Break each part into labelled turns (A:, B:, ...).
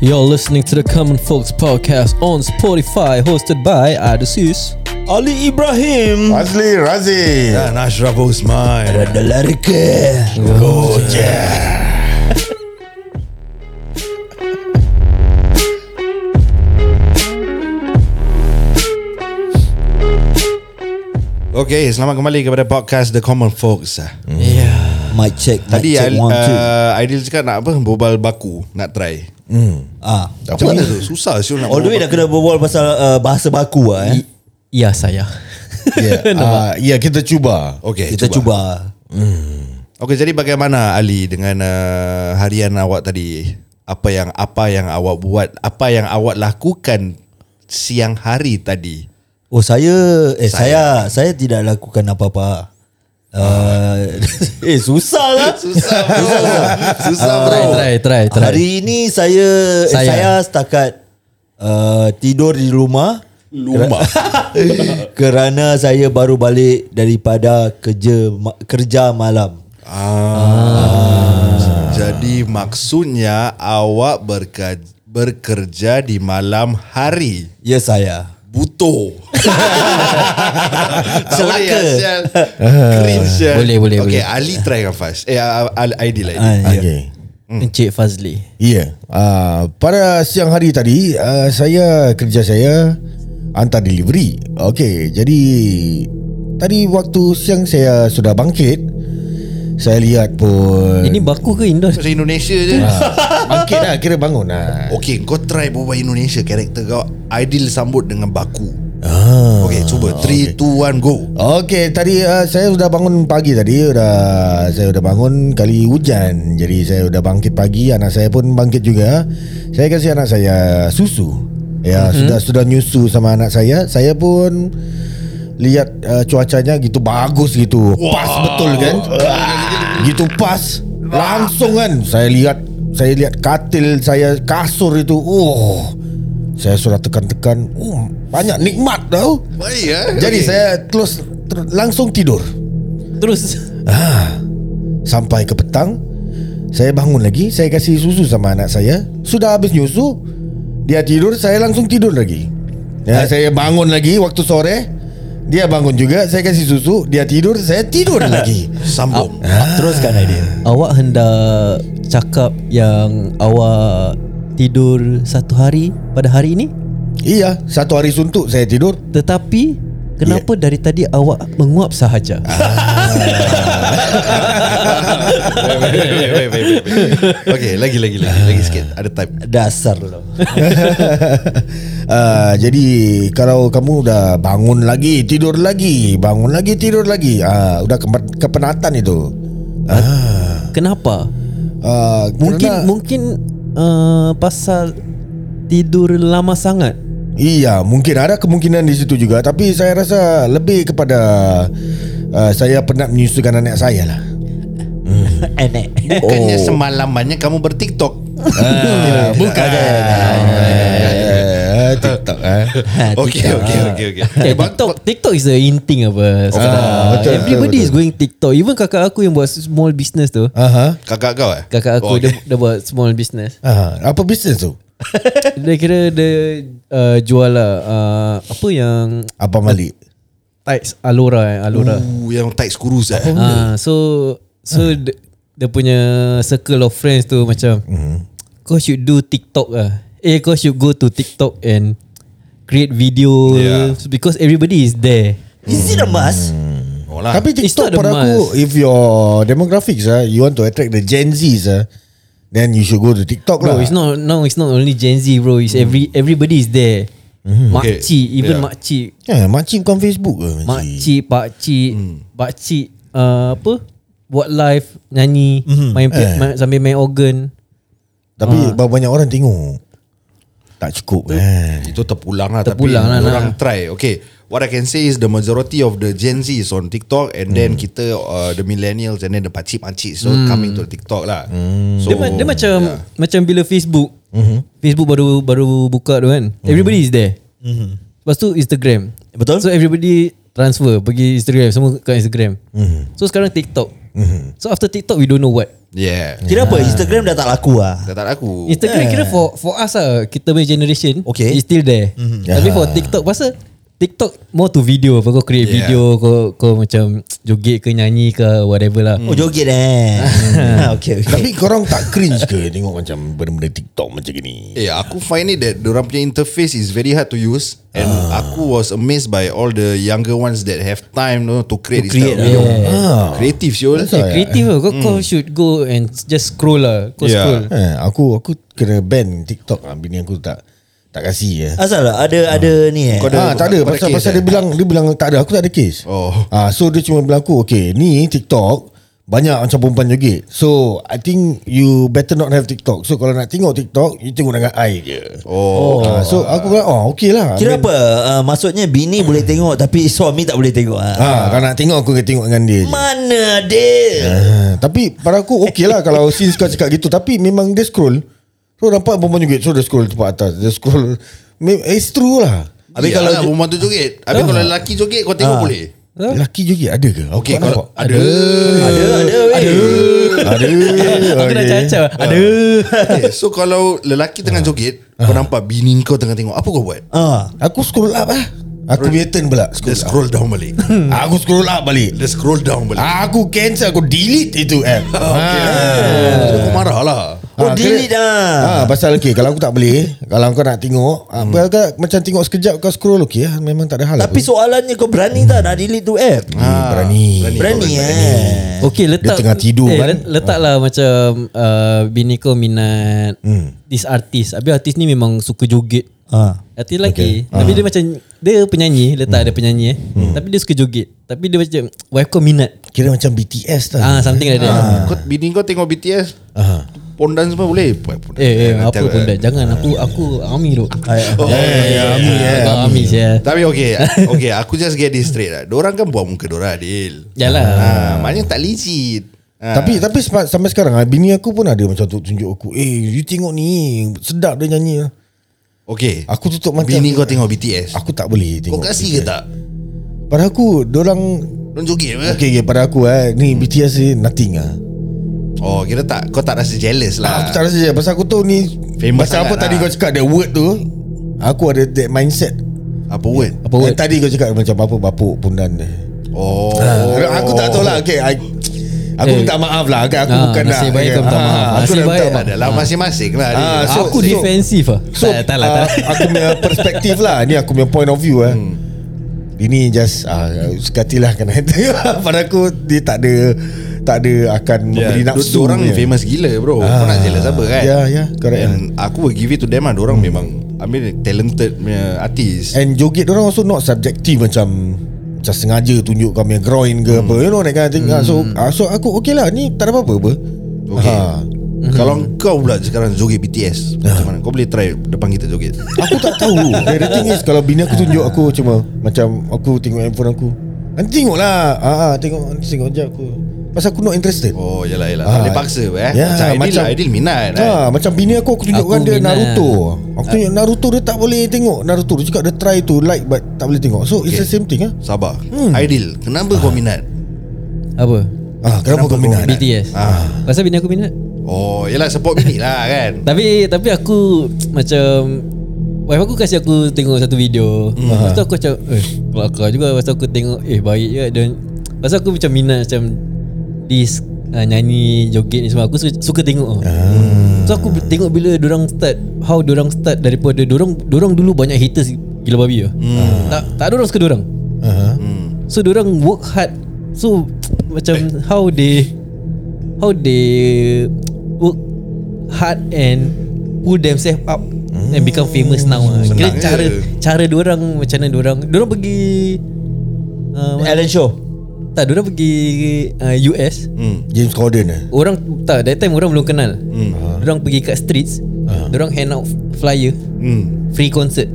A: You're listening to the Common Folks podcast on Spotify, hosted by Adesis, Ali Ibrahim,
B: Azli Razi
C: Dan Ashraf Osman
B: Ada lari ke Oh yeah
C: Okay, selamat kembali kepada podcast The Common Folks hmm.
B: Mic check mic
C: Tadi
B: check,
C: Al,
B: one, two.
C: uh, Aidil cakap nak apa Bobal baku Nak try
B: Ah,
C: Macam mana tu Susah sure nak
B: All the way dah kena berbual pasal uh, bahasa baku lah eh.
A: Ya saya
D: Ya, uh, ya kita cuba.
C: Okay
B: Kita cuba.
C: Okay jadi bagaimana Ali Dengan uh, harian awak tadi Apa yang Apa yang awak buat Apa yang awak lakukan Siang hari tadi
B: Oh saya eh saya saya, tidak lakukan apa-apa. Uh, eh susah lah.
C: Ah. Susah bro Susah bro
A: Try, try, try, try
B: Hari ini saya
A: Saya.
B: saya, eh, saya setakat uh, tidur di rumah
C: Lumah
B: kerana saya baru balik daripada kerja ma- kerja malam.
C: Jadi maksudnya awak berkerja, berkerja di malam hari.
B: Ya saya.
C: Butuh.
B: Celaka.
C: Cringe sial.
A: Boleh, boleh,
C: Ah. Okay,
A: boleh.
C: Ali try kan Faz. Eh, Al Aidil Aidil.
B: Ah, ya.
D: Okey.
A: Hmm. Encik Fazli
D: Ya. Uh, pada siang hari tadi uh, saya kerja saya hantar delivery. Okey, jadi tadi waktu siang saya sudah bangkit. Saya lihat pun
A: Ini baku ke Indon?
C: Pasal Indonesia je.
D: bangkit lah kira bangun lah.
C: Okay, kau try bawa Indonesia karakter kau. Aidil sambut dengan baku.
D: Ah.
C: Okay, cuba. 3, 2, 1, go.
D: Okey, tadi uh, saya sudah bangun pagi tadi, sudah saya sudah bangun kali hujan. Jadi saya sudah bangkit pagi, anak saya pun bangkit juga. Saya kasih anak saya susu. Ya, mm-hmm. sudah sudah nyusu sama anak saya. Saya pun lihat uh, cuacanya gitu bagus gitu. Wow. Pas betul kan? gitu pas. Langsung kan saya lihat saya lihat katil saya kasur itu. Oh. Saya sudah tekan-tekan. Oh, banyak nikmat tau.
C: Baik ya.
D: Jadi saya terus ter, langsung tidur
A: Terus
D: sampai ke petang. Saya bangun lagi, saya kasih susu sama anak saya. Sudah habis nyusu, dia tidur, saya langsung tidur lagi. Ya, saya bangun lagi waktu sore. Dia bangun juga, saya kasih susu, dia tidur, saya tidur lagi.
C: sambung.
B: Teruskan idea.
A: Awak hendak cakap yang awak tidur satu hari pada hari ini
D: Iya, satu hari suntuk saya tidur.
A: Tetapi Kenapa yeah. dari tadi awak menguap sahaja?
C: Okay, lagi lagi lagi lagi sikit. Ada time.
B: Dasar lah. lo.
D: uh, jadi kalau kamu dah bangun lagi, tidur lagi, bangun lagi, tidur lagi. Ah, udah kepen- kepenatan itu.
A: Kenapa?
D: Ah,
A: Mungkin
D: kerana-
A: mungkin uh, pasal tidur lama sangat.
D: Iya, mungkin ada kemungkinan di situ juga tapi saya rasa lebih kepada uh, saya penat menyusukan anak saya lah.
B: Enek.
C: Bukannya oh. semalamannya kamu bertiktok
D: Uh, bukan. Eh, TikTok eh.
C: Okey okey okey okey.
A: Eh, TikTok TikTok is the in thing apa.
D: Ah,
A: sekarang.
D: betul,
A: Everybody
D: betul,
A: is going TikTok. Even kakak aku yang buat small business tu.
D: Aha.
C: Kakak kau eh?
A: Kakak aku
C: Oh,
A: dia,
C: okey.
A: dia buat small business.
D: Aha. Apa bisnes tu?
A: dia kira dia uh, jual lah uh, apa yang
D: Apa Malik?
A: tights Alora eh, Alora.
C: Uh, yang tight skrus eh.
A: Ah, so so dia, dia punya circle of friends tu macam kau should do TikTok lah. Eh kau should go to TikTok and create video
C: Yeah.
A: because everybody is there.
B: Is it a must?
C: Oh lah.
D: Tapi
A: Ah, It's
D: TikTok
A: not the
D: pada aku if your demographics ah you want to attract the Gen Zs ah then you should go to TikTok
A: Bro,
D: lah.
A: it's not no it's not only Gen Z bro, it's every everybody is there. Makcik,
C: Okay,
A: even
C: yeah.
A: makcik,
D: Eh, makcik bukan Facebook ke makcik?
A: makcik, pakcik, pakcik uh, apa? Buat live, nyanyi, main, pi- main sambil main organ.
D: Tapi
A: Ah.
D: berapa banyak orang tengok. Tak
A: Eh.
D: cukup kan.
C: Itu terpulang lah
A: Terpulang lah,
C: Tapi
A: nah.
C: orang try Okay What I can say is The majority of the Gen Z Is on TikTok And then
A: Hmm.
C: kita uh, The millennials And then the pakcik-pakcik So coming to TikTok lah
A: Hmm.
C: so,
A: Dia, ma- dia macam yeah. macam bila Facebook. Facebook baru baru buka tu kan. Everybody is there. Lepas tu Instagram.
B: Betul.
A: So everybody transfer pergi Instagram semua kat Instagram. So sekarang TikTok. So after TikTok we don't know what.
C: Yeah.
B: Kira
D: Hmm.
B: apa Instagram dah tak laku lah
C: Tak tak aku.
A: Instagram kira for for us lah Kita punya generation
B: Okay.
A: It's still there mm-hmm. Tapi for TikTok Pasal TikTok more to video apa kau create yeah.
C: Yeah.
A: video kau kau macam joget ke nyanyi ke whatever lah.
B: Oh joget eh
D: Hmm.
B: Ah, Okay okay
D: Tapi korang tak cringe ke Tengok macam Benda-benda TikTok macam gini
C: Eh, aku find it that orang punya interface is very hard to use and
A: Ah.
C: aku was amazed by all the younger ones that have time you know, to create, to
B: create,
C: this type of video. Creative sure.
A: Eh, Kreatif lah Kau, kau should go And just scroll lah Kau
C: Yeah.
A: scroll
D: eh, Aku aku kena ban TikTok lah Bini aku tak Tak kasih ya.
B: Asal lah ada ada ni eh
C: Kau
D: Ah, tak ada
C: kau
D: pasal
C: case,
D: pasal
C: eh?
D: dia bilang dia bilang tak ada aku tak ada kes.
C: Oh.
D: Ah so dia cuma bilang aku okay ni TikTok banyak macam perempuan joget. So I think you better not have TikTok. So kalau nak tengok TikTok you tengok dengan eye je.
C: Oh.
D: Ah, so aku bilang oh okay lah.
B: Kira apa uh, Maksudnya bini boleh tengok Tapi suami tak boleh tengok ah.
D: Ah, kalau nak tengok aku kena tengok dengan dia je.
B: Mana dia
D: Ah, tapi pada aku okey lah kalau since kau cakap gitu tapi memang dia scroll. So nampak perempuan joget so dia scroll tempat atas. Dia scroll Me- it's true lah.
C: Habis kalau nak perempuan Ya tu joget, habis kalau lelaki joget kau tengok boleh.
D: Lelaki joget ada ke? Aku
C: Okey,
D: tak nampak.
C: kalau ada.
B: Ada ada weh Ada
D: Ada
A: Aku dah cacau Ada
C: Okay, so kalau lelaki tengah joget, kau nampak bini kau tengah tengok, apa kau buat?
B: ah.
D: Aku scroll up lah Aku punya turn pula
C: Dia
D: scroll up.
C: scroll down balik.
D: Aku scroll up balik Ah,
C: Dia scroll down balik.
D: Aku cancel Aku delete itu app
C: Okay. So, Kau marah lah.
B: Oh delete dah
D: Ah, pasal okay Kalau aku tak boleh Kalau kau nak tengok ah, hmm. kau, Macam tengok sekejap Kau scroll okay ah, Memang tak ada hal
B: Tapi
D: apa.
B: soalannya kau berani tak Nak delete tu app Hmm.
D: Ah, berani.
B: Berani eh
A: Okay letak
D: tengah tidur kan?
A: let- Letaklah macam uh, Bini kau minat This artist Habis artis ni memang suka joget
B: Ah.
A: Artis lelaki okay. Tapi dia macam Dia penyanyi Letak ada penyanyi eh Tapi dia suka joget Tapi dia macam Wife kau minat
D: Kira macam BTS lah
A: Ah, something like that
C: Kau, bini kau tengok BTS, pondan semua boleh. Buat Pondan.
A: Eh, eh
C: Nanti
A: apa
C: aku-
A: pun dah Jangan aku Aku army tu
C: Oh,
A: Army ya Army ya
C: Tapi okay Okay aku just get this straight lah Diorang kan buat muka diorang Adil
A: Ya. Yalah
C: ha, Maknanya tak legit ha.
D: Tapi tapi sema- sampai sekarang ah, Bini aku pun ada macam tu Tunjuk aku Eh you tengok ni Sedap dia nyanyi lah.
C: Okay
D: Aku tutup mata
C: Bini kau tengok BTS
D: Aku tak boleh
C: Kau
D: tengok
C: kasih ke
D: BTS.
C: tak?
D: Pada aku Diorang
C: Diorang joget ke?
D: Okay, okay pada aku eh Ni BTS ni nothing lah
C: Oh kira tak Kau tak rasa jealous lah
D: Aku tak rasa je Pasal aku tahu ni
C: Famous
D: Pasal apa
C: sangat
D: tadi
C: lah.
D: kau cakap That word tu Aku ada that mindset
C: Apa word?
A: Apa word?
D: Yang tadi kau cakap Macam apa bapuk pundan dia
C: Oh
D: Aku tak tahu lah okay, I, Aku
A: Eh.
D: minta maaf lah okay, Aku
A: Ah,
D: bukan nak
A: nasib baik kau minta
D: Ah,
A: maaf.
D: Aku
A: Nasib
D: dah minta
A: baik.
D: maaf
C: Adalah masing-masing lah
D: Ah,
C: dia.
D: so-
A: Aku
D: so-
A: defensif lah
D: So
A: Tak tak lah tak
D: uh,
A: lah. Hmm.
D: Aku punya perspektif lah Ni aku punya point of view eh. Ini just uh, Sekatilah kena Pada aku Dia tak ada Tak ada akan
A: Ya,
C: Yeah.
D: Memberi nafsu
C: Diorang
D: punya.
C: famous gila bro Kau nak
A: lah,
C: jealous apa kan?
D: Ya ya Correct Hmm. lah.
C: And aku will give it to them lah Diorang memang I mean talented punya artist
D: And joget orang also not subjective macam macam sengaja tunjuk kami groin ke
A: Hmm.
D: apa you know that kind of thing Ah, so ah, so aku okay lah ni tak ada apa-apa apa
C: Okay. Hmm. Kalau
D: Hmm.
C: kau pula sekarang joget BTS
D: Ah.
C: Macam mana? Kau boleh try depan kita joget
D: aku tak tahu the, the thing is kalau bini aku tunjuk aku cuma macam aku tengok handphone aku nanti tengok lah ah, ah, tengok nanti tengok je aku pasal aku not interested
C: Oh yalah yalah
D: Ah.
C: Tak boleh paksa eh
D: Ya,
C: Macam Aidil lah Aidil minat eh.
D: ah, Macam bini aku Aku tunjukkan
A: Aku
D: dia
A: minat.
D: Naruto Aku
C: Ah.
D: tunjuk Naruto Dia tak boleh tengok Naruto Dia cakap dia try to like But tak boleh tengok So okay. it's
C: Okay.
D: the same thing ah.
C: Sabar Aidil Kenapa kau minat?
A: Apa
D: Ah, kenapa,
C: Kenapa
D: kau
C: kau
D: minat?
C: minat?
A: BTS
C: Ah.
A: Pasal bini aku minat
C: Oh yalah support bini lah kan
A: Tapi tapi aku macam Wife aku kasi aku tengok satu video mm. Lepas tu aku macam Eh kelakar juga Lepas tu aku tengok Eh baik juga dan Lepas tu aku macam minat macam This uh, nyanyi joget ni semua Aku suka, suka tengok So aku tengok bila Diorang start How diorang start daripada Diorang dorang dulu banyak haters Gila babi lah Tak Tak ada orang suka diorang
D: Ah.
C: Hmm,
A: So diorang work hard So
C: Eh.
A: macam how they How they work hard and pull themselves up hmm. and become famous now lah. Kira
C: Senang
A: cara
C: je.
A: cara diorang macam mana diorang diorang pergi uh,
B: Ellen Show
D: Oh,
A: tak diorang pergi uh, US
C: hmm.
D: James Corden eh?
A: orang tak that time orang belum kenal
B: Ah.
A: hmm. diorang pergi kat streets
C: Ah.
A: diorang hand out flyer
C: Hmm.
A: free concert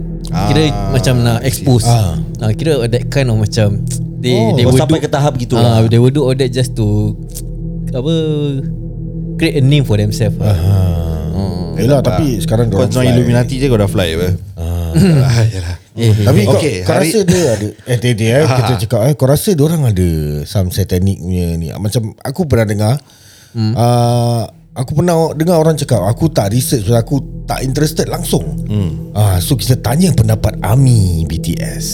A: kira
C: Ah,
A: macam nak expose
D: Ah.
A: ah. kira that kind of macam they
B: Oh,
A: they
B: kau
A: will
B: sampai
A: do-
B: ke tahap gitu
A: Ah,
B: lah.
A: they will do all that just to apa create a name for themselves uh-huh.
D: Yelah tapi sekarang
C: Hmm. Kau
D: dorang
C: join
D: fly.
C: Illuminati je kau dah fly apa ah. Yalah
A: Mhm.
D: Tapi kau,
C: Okay,
D: kau
C: hari-
D: rasa dia ada Eh dia, dia
A: Ah.
D: eh, kita cakap eh, Kau rasa dia orang ada Some satanic punya ni Macam aku pernah dengar hmm. uh, aku pernah dengar orang cakap aku tak research pasal aku tak interested langsung. Hmm. Uh, so kita tanya pendapat AMI BTS.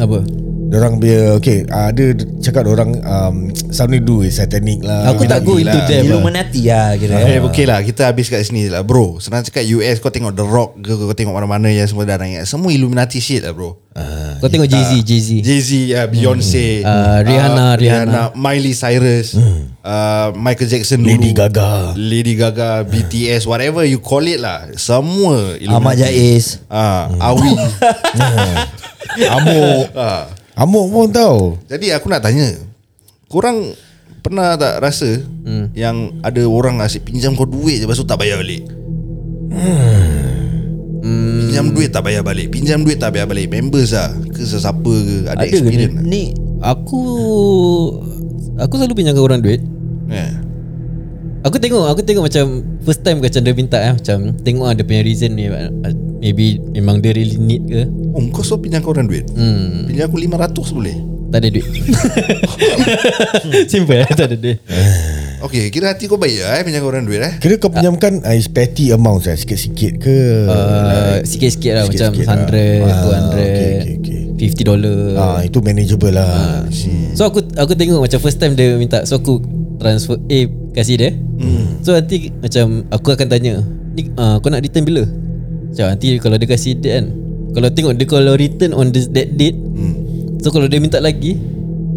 A: Apa?
D: Orang dia okay, uh, ada cakap orang um, sound ni do is satanic lah.
A: Aku tak go
C: gila.
A: into them. lah.
B: Illuminati lah kira
D: Ah, ya,
C: Eh okey lah Kita habis kat sini lah Bro Senang cakap US Kau tengok The Rock ke Kau tengok mana-mana Yang semua dah naik Semua Illuminati shit lah bro
A: Kau tengok Jay-Z, Jay-Z.
C: Jay-Z uh, Beyonce
A: Ah, Rihanna, Rihanna.
C: Miley Cyrus uh, Michael Jackson dulu
D: Lady Gaga.
C: Lady Gaga BTS Whatever you call it lah Semua
B: Ahmad Jais
C: Ah, Awi
D: Amok.
C: Ah.
D: Amok pun tahu.
C: Jadi aku nak tanya Korang Pernah tak rasa hmm. Yang ada orang asyik pinjam kau duit je Lepas tu tak bayar balik hmm. Pinjam duit tak bayar balik Pinjam duit tak bayar balik Members lah Ke sesiapa ke Ada,
A: Ada ke
C: experience lah. tak?
B: Ni
A: Aku aku selalu pinjam ke orang duit.
C: Eh.
A: Aku tengok, aku tengok macam first time macam dia minta eh macam tengok ada punya reason ni ah, maybe memang dia really need ke.
C: Oh kau so pinjam kau orang duit
A: Hmm,
C: Pinjam aku 500 boleh
A: tak ada duit. Simple eh, tak ada duit.
C: Okay kira hati kau baik lah eh Pinjam kau orang duit eh
D: Kira kau pinjamkan uh, is petty amount eh, sikit-sikit ke?
A: Uh, sikit-sikit lah macam
D: Sikit-sikit lah.
A: 100,
D: Ah,
A: 200,
D: okay, okay, okay.
A: 50 dollar.
D: Ah itu manageable lah.
A: ah, So aku aku tengok macam first time dia minta So aku transfer A kasih dia hmm. So nanti macam aku akan tanya Ni uh, kau nak return bila? Macam nanti kalau dia kasih date kan Kalau tengok dia kalau return on this, that date hmm. So kalau dia minta lagi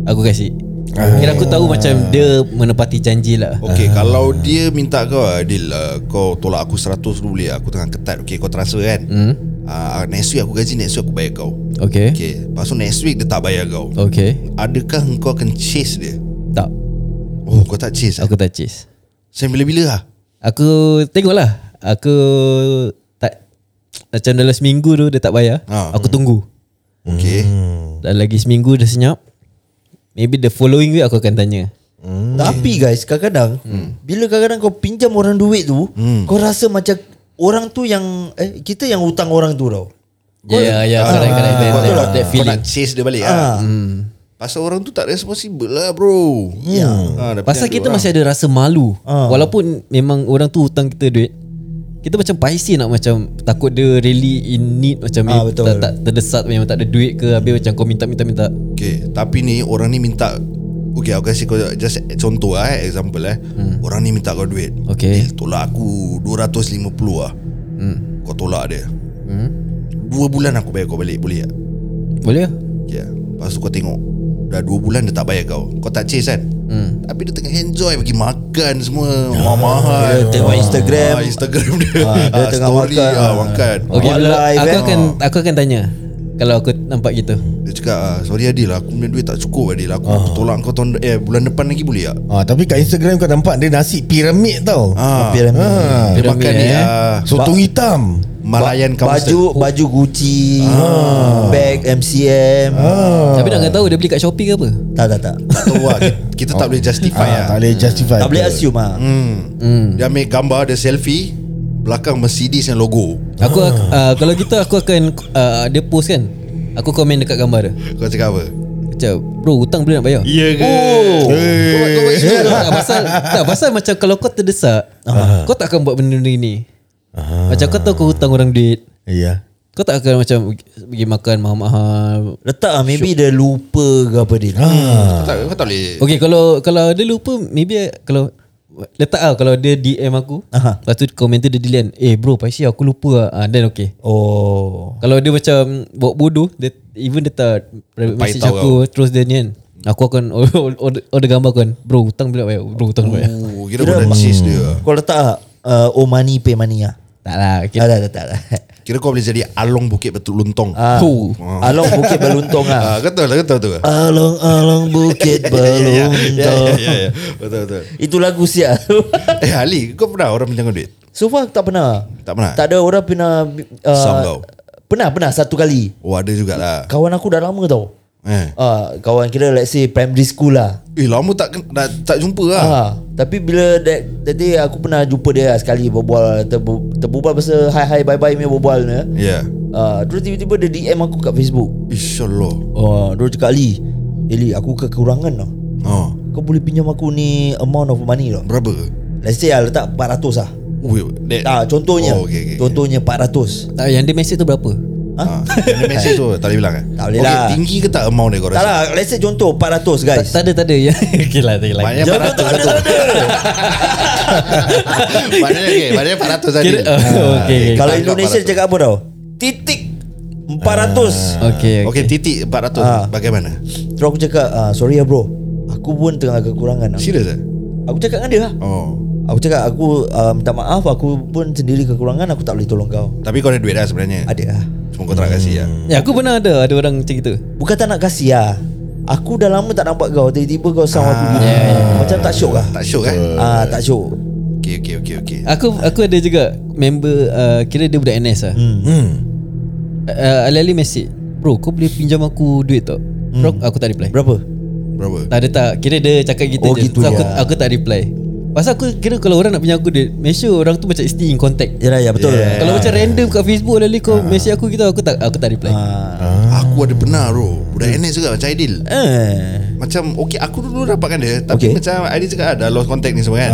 A: Aku kasih Kira aku tahu macam dia menepati janji lah
C: Okay kalau dia minta kau Adil uh, Kau tolak aku 100 dulu boleh ah." Aku tengah ketat Okay kau transfer kan
A: hmm.
C: uh, Next week aku gaji Next week aku bayar kau
A: Okay Okay,
C: Okay Lepas tu next week dia tak bayar kau
A: okay.
C: Adakah engkau akan chase dia?
A: Tak
C: Oh kau tak chase
A: Aku tak chase
C: Saya bila-bila lah
A: Aku tengok lah Aku tak Macam dalam seminggu tu dia tak bayar
C: Ah.
A: Aku tunggu
C: Okay
A: Dan lagi seminggu dah senyap Maybe the following week aku akan tanya
B: Tapi guys Kadang-kadang Bila kadang-kadang kau pinjam orang duit tu Kau rasa macam Orang tu yang eh, Kita yang hutang orang tu tau
A: Ya ya
C: Ah,
A: correct correct that,
C: Kau
A: that,
C: tolak
A: that
C: lah, Kau
A: feeling Ah.
C: nak chase dia balik
B: Ah,
C: lah Pasal orang tu tak responsible lah bro Ya yeah.
A: Pasal kita masih ada rasa malu Walaupun memang orang tu hutang kita duit Kita macam paisi nak macam Takut dia really in need Macam
B: Ah,
A: ah,
B: betul.
A: tak, tak terdesat memang tak ada duit ke Habis macam kau minta-minta-minta
C: Okay Tapi ni orang ni minta Okay aku kasi kau Just contoh lah eh Example eh
A: Hmm.
C: Orang ni minta kau duit
A: Okay.
C: Dil, Tolak aku 250 lah
A: Hmm.
C: Kau tolak dia Dua bulan aku bayar kau balik Boleh tak?
A: Boleh lah
C: Ya Lepas tu kau tengok Dah 2 bulan dia tak bayar kau Kau tak chase kan hmm. Tapi dia tengah enjoy Pergi makan semua Mahal-mahal
B: Ya. dia tengok Instagram.
C: ah, Instagram dia
B: Ah, dia
C: Ah,
B: tengah
C: story,
B: makan.
C: ah, makan
A: Okay
B: One
A: bila,
B: life,
A: aku
B: eh.
A: akan aku akan tanya Kalau aku nampak gitu
C: Dia cakap ah, Sorry Adil Aku punya duit tak cukup Adil Aku ah. tolak kau tahun eh, Bulan depan lagi boleh tak
D: Ah tapi kat Instagram kau nampak dia nasi piramid tau.
C: ah,
B: Piramid.
D: Ah,
C: Dia
A: Piramid,
C: makan ni
A: eh.
C: ah,
D: sotong hitam.
C: Malayan
B: Ba- Baju Baju Gucci Bag MCM
A: Tapi nak kena tahu dia beli kat Shopee ke apa
B: Tak tak tak
C: Tak tahu lah Kita, kita tak boleh justify
D: Ah,
C: lah Hmm.
D: tak boleh justify.
B: Oh. Tak boleh assume ah.
C: Dia ambil gambar Dia selfie Belakang Mercedes yang logo
A: Aku uh, Kalau gitu aku akan uh, Dia post kan Aku komen dekat gambar dia
C: Kau cakap apa?
A: Macam Bro hutang boleh nak bayar
C: Iya ke? Oh,
B: Eh. Ah.
A: Tak pasal Tak pasal macam Kalau kau terdesak Kau tak akan buat benda ni Macam kau tahu kau hutang orang duit
D: Ya.
A: Kau tak akan macam Pergi makan mahal-mahal
B: Letak ah maybe dia lupa ke apa dia.
C: Kau tak, kau tak boleh
A: Okay kalau Kalau dia lupa Maybe kalau Letak lah Kalau dia DM aku
B: Aha.
A: Lepas tu komen tu dia delete kan, Eh bro Paisi aku lupa lah ah, Then okay
B: Oh.
A: Kalau dia macam Buat bodoh dia, Even dia tak Private
C: Pai
A: message
C: tahu
A: aku Terus dia ni kan Aku akan order, order gambar kan Bro hutang bila bayar Bro hutang bila bayar
C: Oh, kira kau dah chase dia
B: Kau letak ah uh, oh money pay money ah.
A: Tak lah okay.
B: Tak tak tak. tak, tak.
C: Kira kau boleh jadi Along Bukit Batu Luntong ah.
B: Ah.
A: Oh.
B: Along Bukit Beluntong ah.
C: Kau tahu lah Kau tahu tu ke?
B: Along Along Bukit
C: Ya ya
B: Beluntong.
C: ya ya. Betul betul
B: Itu lagu sia.
C: Eh Ali Kau pernah orang pinjam kau duit?
B: so far tak pernah.
C: Tak pernah?
B: Tak ada orang pernah uh,
C: Sam kau.
B: Pernah pernah satu kali.
C: Oh ada jugalah
B: Kawan aku dah lama tau.
C: Eh
B: Ah, kawan kira let's say primary school lah.
C: Eh lama tak ken- dah, tak jumpa lah
B: Ah, tapi bila that, that day aku pernah jumpa dia lah sekali berbual terbu, terbual pasal hi hi bye bye punya berbual ni.
C: Ya
B: Ah, terus tiba-tiba dia DM aku kat Facebook. Ah,
C: InsyaAllah
B: Oh, dia cakap Ali, Eli aku kekurangan lah.
C: Oh
B: Kau Kau boleh pinjam aku ni Amount of money tau
C: Berapa?
B: Let's say lah letak 400 lah
C: Ui, that,
B: Tak contohnya
C: Oh, okay, okay.
B: Contohnya
A: Tak
B: 400
A: Ah, yang dia message tu berapa?
C: ha, Yang message tu tak boleh bilang eh?
B: ah. Tak boleh
C: okay,
B: lah.
C: Tinggi ke tak amount dia kau
B: Tak
C: rasa?
B: lah Let's say contoh 400
A: Tak,
B: guys
A: tak ada tak ada. Ya. okay lah, tak lah.
C: Maknanya
B: Jawapan
C: 400
B: tak ada,
C: satu
B: tak
C: Maknanya okay, Maknanya 400 tadi Ah,
A: Kira- oh, okay, okay.
B: Kalau Indonesia cakap apa tau Titik
A: Okay,
B: 400
C: Okay,
A: Ah, okay.
C: okay titik 400
B: Ah.
C: Bagaimana?
B: Terus aku cakap ah, Sorry lah bro Aku pun tengah kekurangan Aku,
C: Serius eh?
B: aku cakap dengan dia lah
C: Oh
B: Aku cakap aku uh, minta maaf Aku pun sendiri kekurangan Aku tak boleh tolong kau
C: Tapi kau ada duit dah sebenarnya
B: Ada Hmm. lah
C: Cuma kau tak nak kasih lah
A: Ya, aku pernah ada ada orang macam gitu.
B: Bukan tak nak kasih lah Aku dah lama tak nampak kau Tiba-tiba kau sound aku
A: Ah,
B: gini.
A: yeah,
B: Macam tak syok lah
C: Tak syok kan?
B: Ah, tak syok
C: Okay okay okay okay
B: Ah.
A: Aku aku ada juga member uh, kira dia budak NS lah. Hmm. Uh, alih-alih message, "Bro, kau boleh pinjam aku duit tak?" Hmm. Bro, aku tak reply.
B: Berapa?
C: Berapa?
A: Tak ada tak Kira dia cakap gitu
B: Oh,
A: je
B: gitu
A: so, aku,
B: dia.
A: aku tak reply Pasal aku kira kalau orang nak punya aku duit Make sure orang tu macam still in contact
B: Yalah, ya betul
C: Yeah.
B: yeah.
A: Kalau macam random kat Facebook Lali kau message aku gitu Aku tak aku tak reply
B: Ah.
C: Aku ada pernah bro Budak NS juga macam Aidil
B: Eh.
C: Macam okay aku dulu dapatkan dia Tapi
B: Okay. Ah.
C: macam Aidil cakap ah, dah lost contact ni semua kan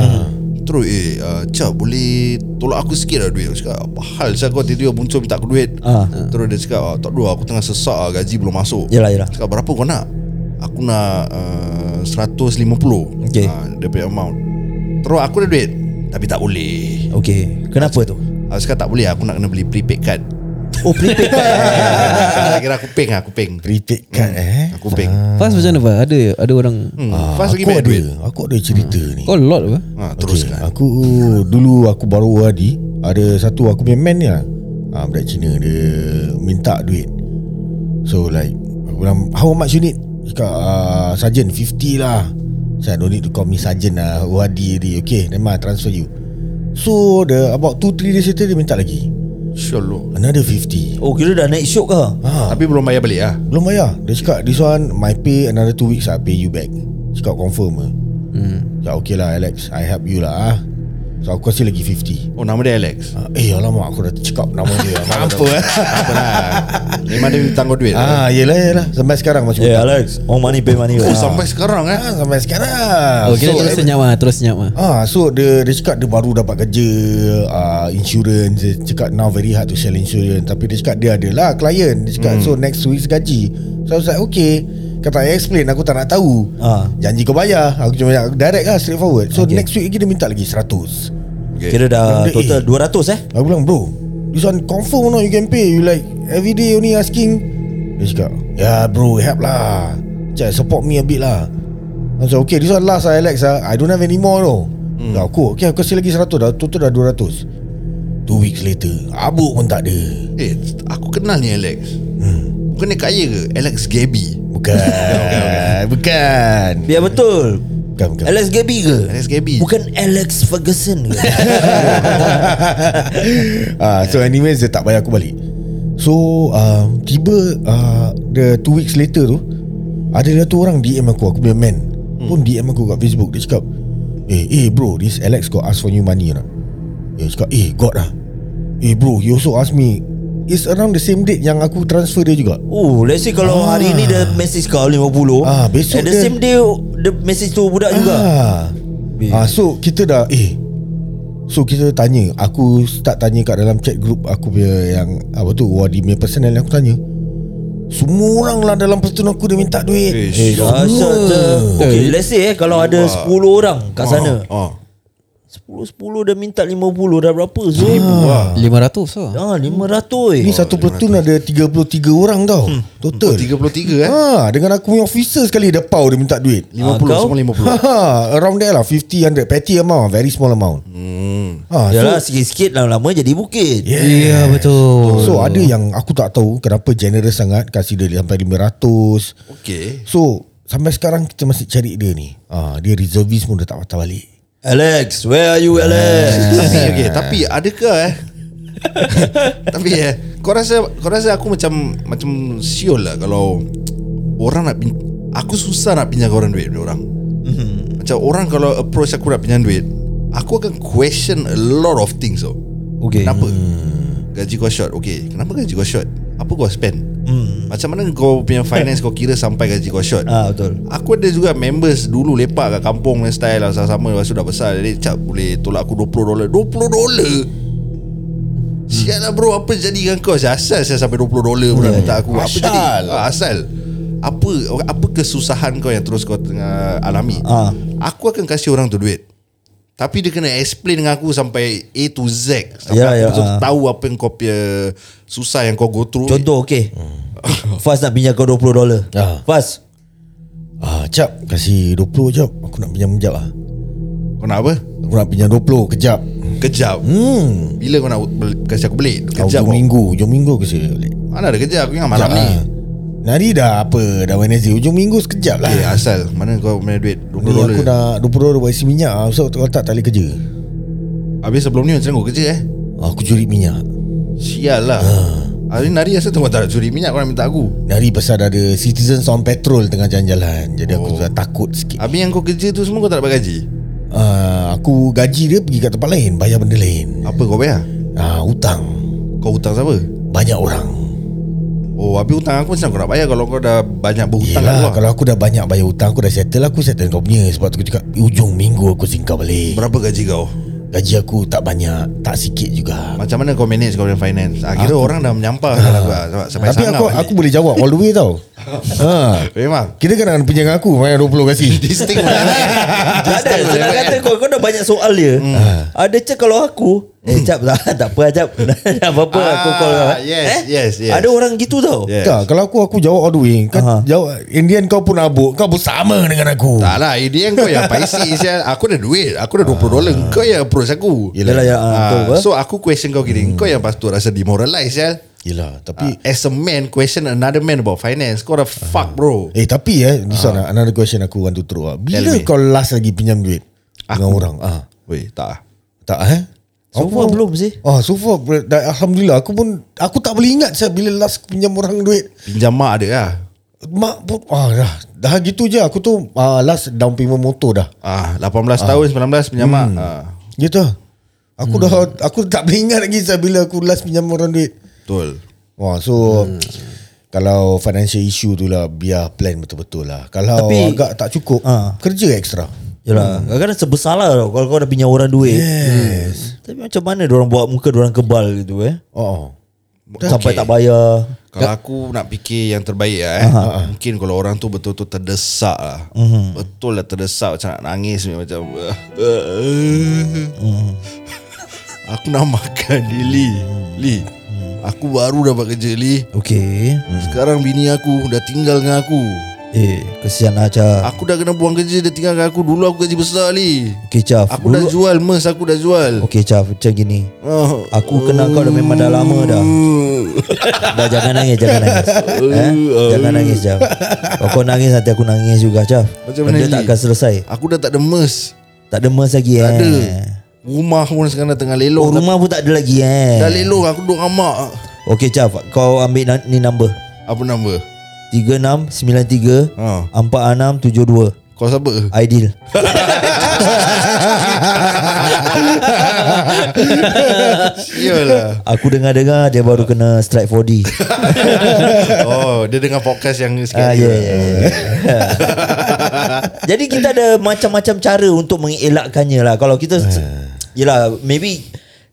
C: Terus eh uh, Cap boleh tolak aku sikit lah duit Aku cakap apa hal saya kau tiba-tiba muncul minta aku duit
B: Ah.
C: Terus dia cakap ah, tak dulu aku tengah sesak ah, gaji belum masuk
B: Yalah, yalah.
C: Cakap berapa kau nak Aku nak uh, 150
B: Okay.
C: Ah, Dia punya amount Terus aku ada duit Tapi tak boleh
B: Okay Kenapa tu?
C: Aku cakap tak boleh Aku nak kena beli prepaid card
B: Oh prepaid
C: Ah, Kira aku ping lah Aku ping
D: Prepaid card eh
C: Aku ping
A: Fast macam mana Fah? Ada ada orang
C: hmm.
D: Ah,
C: Fast
D: aku
C: lagi banyak
D: ada
C: duit
D: Aku ada cerita ni
A: Kau lot apa?
C: ha,
D: Terus okay.
C: Teruskan
D: Aku Dulu aku baru adi Ada satu aku punya man ni lah ha, Budak Cina Dia minta duit So like Aku bilang How much you need Cakap uh, Sergeant 50 lah Saya don't need to call me sergeant lah Wadi already Okay then I transfer you So the About 2-3 days later Dia minta lagi
C: InsyaAllah
D: Another 50
B: Oh kira dah naik syok ke?
D: ha,
C: Tapi belum bayar balik lah
D: Belum bayar Dia cakap This one My pay another 2 weeks I pay you back Cakap confirm lah
A: Hmm.
D: Cakap okay lah Alex I help you lah ah. So aku kasih lagi 50
C: Oh nama dia Alex
D: Ah, Eh alamak aku dah tercekap nama dia Mampu eh
C: Apa lah Memang dia minta kau duit lah
D: Ah yelah yelah Sampai sekarang masih
B: Yeah
D: hutang.
B: Alex Oh money pay money
C: Oh
B: Ah.
C: sampai sekarang eh
D: Ah, Sampai sekarang
A: Oh kira
D: So,
A: terus
D: eh,
A: senyap lah Terus senyap lah
D: Ah, so dia, dia cakap dia baru dapat kerja ah, Insurance Dia cakap now very hard to sell insurance Tapi dia cakap dia adalah client Dia cakap so next week gaji So I was like okay Kau tak payah explain aku tak nak tahu
B: Ah.
D: Janji kau bayar Aku cuma aku direct lah straight forward So next week lagi dia minta lagi 100
B: Kira dah
D: Benda
B: total
D: A.
B: 200 eh?
D: Aku bilang bro This one confirm or not you can pay You like every day only asking Dia cakap Ya yeah, bro help lah Cak support me a bit lah I was like okay this one last lah Alex lah I don't have any more though hmm. Aku okay aku kasih lagi 100 dah Total dah 200 Two weeks later Abuk pun tak ada
C: Eh aku kenal ni Alex
D: Hmm.
C: Bukan dia kaya ke Alex Gaby
D: Bukan Bukan
B: Biar betul
D: Bukan bukan
B: Ya. Alex Gaby ke?
C: Alex Gaby
B: Bukan Alex Ferguson ke?
D: Ah, so anyways dia tak bayar aku balik. So um, tiba uh, the two weeks later tu ada satu orang DM aku aku punya man hmm. pun DM aku kat Facebook dia cakap eh eh bro this Alex got ask for you money or not? Dia cakap eh got lah. Eh bro he also ask me It's around the same date yang aku transfer dia juga.
B: Oh, let's say kalau
D: Ah.
B: hari ni dia message kau 50
D: Ah,
B: At
D: besok
B: the
D: dia-
B: same day Dia message tu budak juga
D: Ah. ah so kita dah eh So kita tanya Aku start tanya kat dalam chat group Aku punya yang Apa tu Wadi punya personal Aku tanya Semua orang lah dalam pertemuan aku Dia minta duit
C: Ish.
D: Eh,
B: Ah, so, so, Okay, let's say eh, Kalau ada 10 orang kat sana
C: oh, oh.
B: 10-10 dah minta 50 Dah berapa so?
C: Wah
A: 500 lah
B: Ah, 500 eh.
D: Ni satu platoon ada 33 orang tau Total
C: 33 eh
D: Ha, dengan aku punya officer sekali Dia pau dia minta duit
C: 50
B: kau?
C: semua 50
D: Ha, around there lah 50, 100 Petty amount Very small amount hmm. ha, so,
B: Yalah sikit-sikit lama-lama jadi bukit
A: Ya yeah, betul
D: so ada yang aku tak tahu Kenapa generous sangat Kasih dia sampai 500
C: Okay
D: So sampai sekarang kita masih cari dia ni. Ah dia reservist pun dah tak patah balik.
B: Alex, where are you Alex?
C: Tapi okay Tapi adakah eh Tapi eh Kau rasa Kau rasa aku macam Macam siul lah Kalau Orang nak pin- Aku susah nak pinjam korang duit Dari orang Macam orang kalau approach aku nak pinjam duit Aku akan question a lot of things oh. tau
B: Okay.
C: Kenapa? Gaji kau short Okay Kenapa gaji kau short Apa kau spend hmm. Macam mana kau punya finance Kau kira sampai gaji kau short
B: Ah betul.
C: Aku ada juga members dulu lepak kat kampung dan style lah sama-sama lepas tu dah besar jadi cap boleh tolak aku 20 dolar. 20 dolar. Sial lah bro Apa jadi dengan kau Saya Asal saya sampai 20 dolar
B: Ya,
C: pun yeah. minta aku Apa
D: Asal.
C: jadi Ah, Asal Apa Apa kesusahan kau Yang terus kau tengah alami
B: Ah.
C: Aku akan kasih orang tu duit Tapi dia kena explain dengan aku Sampai A to Z Sampai
B: Ya,
C: aku
B: ya,
C: betul-betul
B: ah.
C: tahu Apa yang kau punya Susah yang kau go through
B: Contoh okey.
C: Hmm.
B: Faz nak pinjam kau 20 dolar.
D: Ah.
B: Faz,
D: Ah, cap kasih 20 jap. Aku nak pinjam jap ah.
C: Kau nak apa
D: Aku nak pinjam 20 kejap.
C: Kejap
D: Hmm.
C: Bila kau nak bel- Kasih aku beli Kejap
D: Kejap
C: bro.
D: minggu, hujung minggu ke sini balik.
C: Mana ada kerja Aku ingat malam ni
D: ah. Nari dah apa Dah Wednesday Hujung minggu sekejap lah
C: Eh asal Mana kau punya duit
D: Ni
C: 20
D: aku
C: dolar
D: nak 20 dolar buat isi minyak ah. Sebab kalau tak tak boleh kerja Ah,
C: Habis sebelum ni macam mana kau kerja eh
D: Aku curi minyak
C: Sial lah
D: Ha.
C: Hari ni Nari asal tengok tak nak curi minyak Kau nak minta aku
D: Nari pasal ada Citizen Sound Patrol Tengah jalan-jalan Jadi aku
C: Oh.
D: dah takut sikit
C: Habis yang kau kerja tu semua kau tak dapat gaji
D: Ah, Aku gaji dia pergi kat tempat lain Bayar benda lain
C: Apa kau bayar?
D: Ah, Hutang
C: Kau hutang siapa?
D: Banyak orang
C: Oh habis hutang aku macam kau nak bayar Kalau kau dah banyak berhutang kat
D: Yelah
C: luar
D: kalau aku dah banyak bayar hutang Aku dah settle Aku settle kau punya Sebab tu aku cakap "Eh, Hujung minggu aku singkau balik
C: Berapa gaji kau?
D: Gaji aku tak banyak Tak sikit juga
C: Macam mana kau manage kau punya finance? Akhirnya aku, orang dah menyampah kalau aku sebab sampai Eh,
D: Ha. Tapi
C: sangat
D: aku
C: balik.
D: aku boleh jawab all the way tau ha.
C: memang
D: Kira kan pinjam dengan aku Banyak 20 kasih
C: distinct lah.
B: Tak ada Senang kata kau Kau dah banyak soal dia hmm. Ada cak kalau aku Eh cap tak, tak apa cap Tak apa-apa
C: Ah,
B: aku call
C: yes,
B: eh?
C: yes, yes.
B: Ada orang gitu tau
C: Yes.
D: Tak, kalau aku aku jawab all the way. Kan
B: Aha.
D: jawab Indian kau pun abuk. Kau bersama dengan aku.
C: Tak lah Ini yang kau yang paisi sial. Aku ada duit Aku ada 20 dolar Kau yang approach aku
B: Yelah, ya, ah, betul,
C: Ah,
B: betul.
C: So aku question kau gini Kau yang pastu rasa demoralized sial. Ah,
D: Yelah, tapi
C: As a man Question another man about finance Kau dah fuck bro
D: eh tapi eh this one ah, another question aku want to throw ah.
C: Tell
D: Bila
C: me.
D: kau last lagi pinjam duit dengan
C: Aku?
D: orang? Ah.
C: Weh tak lah.
D: Tak eh?
B: So far belum sih
D: Ah, so far ber- dah, alhamdulillah aku pun aku tak boleh ingat saya bila last aku pinjam orang duit.
C: Pinjam mak dia lah
D: Mak pun ah dah, dah gitu je aku tu ah, last down payment motor dah. Hmm.
C: Ah, 18 tahun 19 pinjam mak ah,
D: Gitu. Aku hmm. dah aku tak boleh ingat lagi saya bila aku last pinjam orang duit.
C: Betul
D: Wah, so hmm. kalau financial issue tu lah biar plan betul-betul lah. Kalau
B: Tapi-
D: Tapi, agak tak cukup,
B: Ah.
D: kerja extra.
B: Yelah Kadang-kadang sebersalah tau Kalau kau dah pinjam orang duit yes. Tapi macam mana Diorang buat muka Diorang kebal gitu eh
D: Oh.
B: okay. Sampai tak bayar
C: Kalau aku nak fikir yang terbaik lah eh. Mungkin kalau orang tu betul-betul terdesak lah.
B: Mhm.
C: Betul lah terdesak macam nak nangis ni, macam uh, uh,
B: Mhm.
C: uh. Aku nak makan ni Li. Li. Aku baru dapat kerja Li.
B: Okay
C: Sekarang bini aku dah tinggal dengan aku.
B: Eh kesian lah Chaf
C: Aku dah kena buang kerja dia tinggal dengan aku. Dulu aku gaji besar Li.
B: Okay Chaf
C: Aku dah jual mes aku dah jual.
B: Okay Chaf macam gini
C: Oh.
B: Aku kenal kau dah memang dah lama dah Ah. Dah jangan nangis Jangan nangis eh? Jangan nangis Jaf Kalau kau nangis Nanti aku nangis juga Jaf
C: Macam mana,
B: Benda tak
C: Ji?
B: akan selesai
C: Aku dah tak ada mes.
B: Tak ada mas lagi eh
C: Tak ada. Rumah pun sekarang dah tengah
B: Oh
C: lelong. Tapi-
B: rumah pun tak ada lagi eh
C: Dah lelong aku duduk dengan mak
B: Okay Jaf Kau ambil na- ni number
C: Apa nama?
B: 3693
C: Ha.
B: 4672
C: Kau siapa?
B: Aidil
C: Sialah
B: Aku dengar-dengar Dia baru kena strike 4D
C: Oh dia dengar podcast yang
B: Ah,
C: sekali
B: ya, ya, ya. Jadi kita ada macam-macam cara untuk mengelakkannya lah. Kalau kita,
C: Eh.
B: yelah, maybe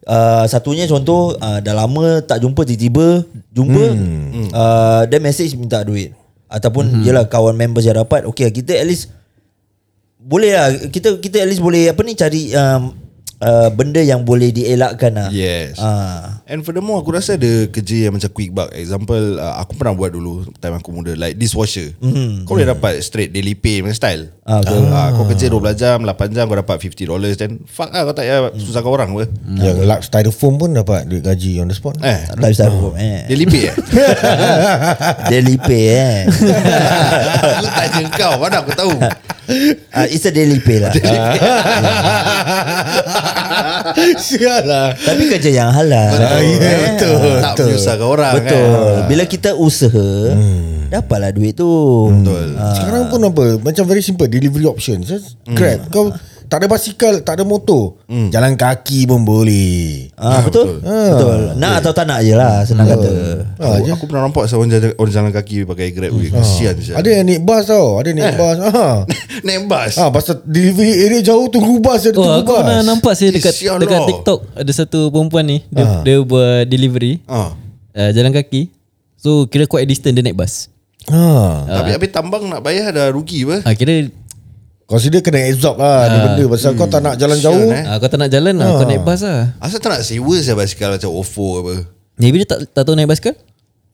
B: uh, satunya contoh uh, dah lama tak jumpa tiba-tiba jumpa,
C: Hmm.
B: uh, then message minta duit ataupun yelah kawan members yang dapat. Okay, kita at least boleh lah kita kita at least boleh apa ni cari um, uh, benda yang boleh dielakkan lah.
C: Yes
B: Ah,
C: And furthermore aku rasa ada kerja yang macam quick buck Example uh, aku pernah buat dulu Time aku muda Like dishwasher mm-hmm. Kau boleh dapat straight daily pay punya style
B: Hmm. Ah, betul.
C: Ah, Kau kerja 12 jam 8 jam kau dapat $50 Then fuck lah kau tak
B: Hmm.
C: payah susahkan orang apa
D: Yang lap styrofoam pun dapat duit gaji on the spot.
C: Eh
B: lifestyle group eh.
C: Daily pay eh
B: Daily pay eh.
C: Aku tanya kau Mana aku tahu
B: Ah, it's a daily pay lah.
D: Ah, Sial lah.
B: Tapi kerja yang halal.
D: ya,
B: Eh,
D: betul.
C: Tak menyusahkan orang
B: Betul. Ah.
C: kan
B: Bila kita usaha, dapatlah duit tu. Ah,
C: Betul
D: Sekarang pun apa Macam very simple Delivery option mm. Grab Kau tak ada basikal Tak ada motor Jalan kaki pun boleh
B: Ah, betul. Betul. Nak atau tak nak je lah senang kata.
D: Ah,
C: aku,
D: je.
C: aku pernah nampak orang jalan, orang jalan kaki pakai Grab hmm. Kasihan sial.
D: Ada yang naik bas tau Ada naik bas ha.
C: Naik bas
D: ha, Pasal delivery area jauh Tunggu bas dia
A: Oh,
D: tunggu
A: aku
D: bas
A: pernah nampak saya dekat
C: Sial
A: dekat
C: lah.
A: TikTok ada satu perempuan ni dia, dia buat delivery
C: Ah.
A: uh, jalan kaki. So kira quite distance dia naik bas.
D: ha.
C: Tapi habis tambang nak bayar dah rugi apa?
A: Ah kira
D: Consider kena absorb lah ha. benda Pasal kau tak nak jalan jauh
C: Sial, eh.
A: ah, kau tak nak jalan lah kau naik bas lah.
C: Asal tak nak sewa saya basikal macam Ofo ke apa?
A: Maybe dia tak tak tahu naik basikal.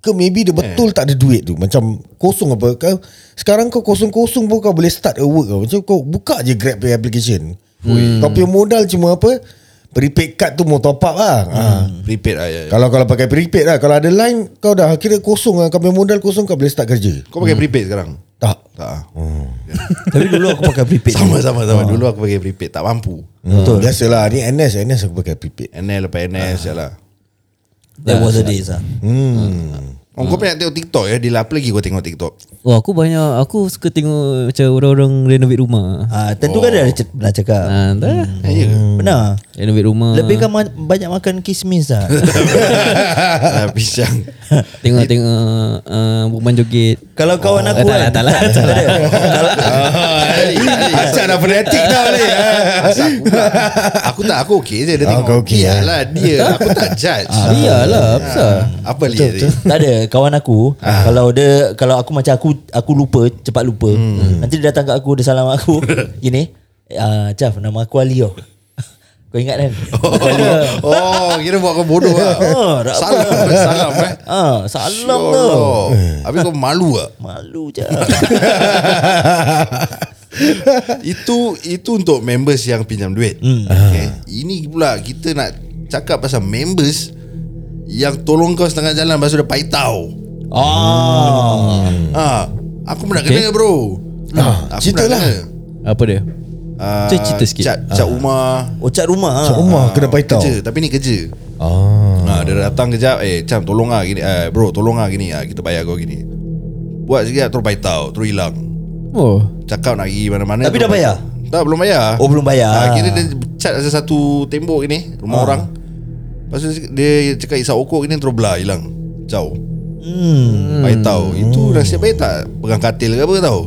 D: Ke maybe dia betul tak ada duit tu Macam kosong apa kau, Sekarang kau kosong-kosong pun Kau boleh start a work tau. Macam kau buka je Grab pay application hmm. Kau punya modal cuma apa Prepaid card tu mau top up lah ha.
C: Prepaid lah ya.
D: Kalau kalau pakai prepaid lah Kalau ada line Kau dah kira kosong lah Kau punya modal kosong Kau boleh start kerja
C: Kau pakai prepaid sekarang?
D: Hmm. Tak
C: Tak ah.
B: Tapi dulu aku pakai prepaid
C: Sama sama sama
D: Ah.
C: Dulu aku pakai prepaid Tak mampu
D: Betul Biasalah Ni NS NS aku pakai prepaid
C: NL lepas NS
D: Ah.
C: je lah
A: Ah.
B: That was the days lah
D: Ah.
C: Oh, kau pernah tengok TikTok ya? Dila apa lagi kau tengok TikTok?
A: Oh aku banyak aku suka tengok macam orang-orang renovate rumah.
B: Ah, Tentu kan dia ada ce- pernah cakap
A: Ah, dah.
C: Ya yeah.
B: Benar
A: Renovate rumah.
B: Lebih kan ma- banyak makan kismis lah
C: ah, pisang
A: Tengok-tengok uh, Bukan joget
B: Kalau kawan aku
A: tak lah,
B: kan
A: tak lah, tak lah.
C: Ah,
D: Ah, Acak dah fanatik tau ni eh.
C: Asal aku, pula? aku tak Aku okey je Dia
D: Ah, kau
C: tengok
D: okey,
C: Biar lah dia Aku tak judge
A: ah, Biarlah Apa ah.
C: Apa dia ni?
B: tak ada kawan aku kalau dia kalau aku macam aku aku lupa cepat lupa
A: Hmm.
B: nanti dia datang kat aku dia salam aku gini ah Chaf nama aku Ali oh kau ingat kan
C: Oh, oh kira buat kau bodoh lah
B: Oh, tak apa.
C: Salam Salam eh
B: ah salam
C: Sure
B: tu
C: lah. Habis kau malu lah
B: malu je
C: Itu itu untuk members yang pinjam duit. Okay. Ini pula kita nak cakap pasal members yang tolong kau setengah jalan lepas tu dia paitau.
B: ah
C: Ha, aku pernah okay. kena bro. Ha, aku
D: cerita lah.
A: Apa dia
C: Uh,
A: Cik, cerita sikit.
C: Cat, cat Umar
B: Ocak rumah ah.
D: Rumah kena paitau
C: Kerja Tapi ni kerja
D: Ah,
C: ha, Dia datang kejap Eh Cam tolong lah gini eh, Bro tolong lah gini ah, Kita bayar kau gini Buat sikit Terus paitau Terus hilang
A: Oh
C: Cakap nak pergi mana-mana
B: Tapi
C: terus
B: dah bayar?
C: paitau. Tak belum bayar
B: oh belum
C: Ah,
B: bayar Ah.
C: kira dia cat ada satu tembok ni rumah orang. Lepas tu dia cakap isap okok ni terus belah hilang. Jauh.
B: hmm
C: Hmm. tahu. Itu nasib baik tak pegang katil ke apa tau.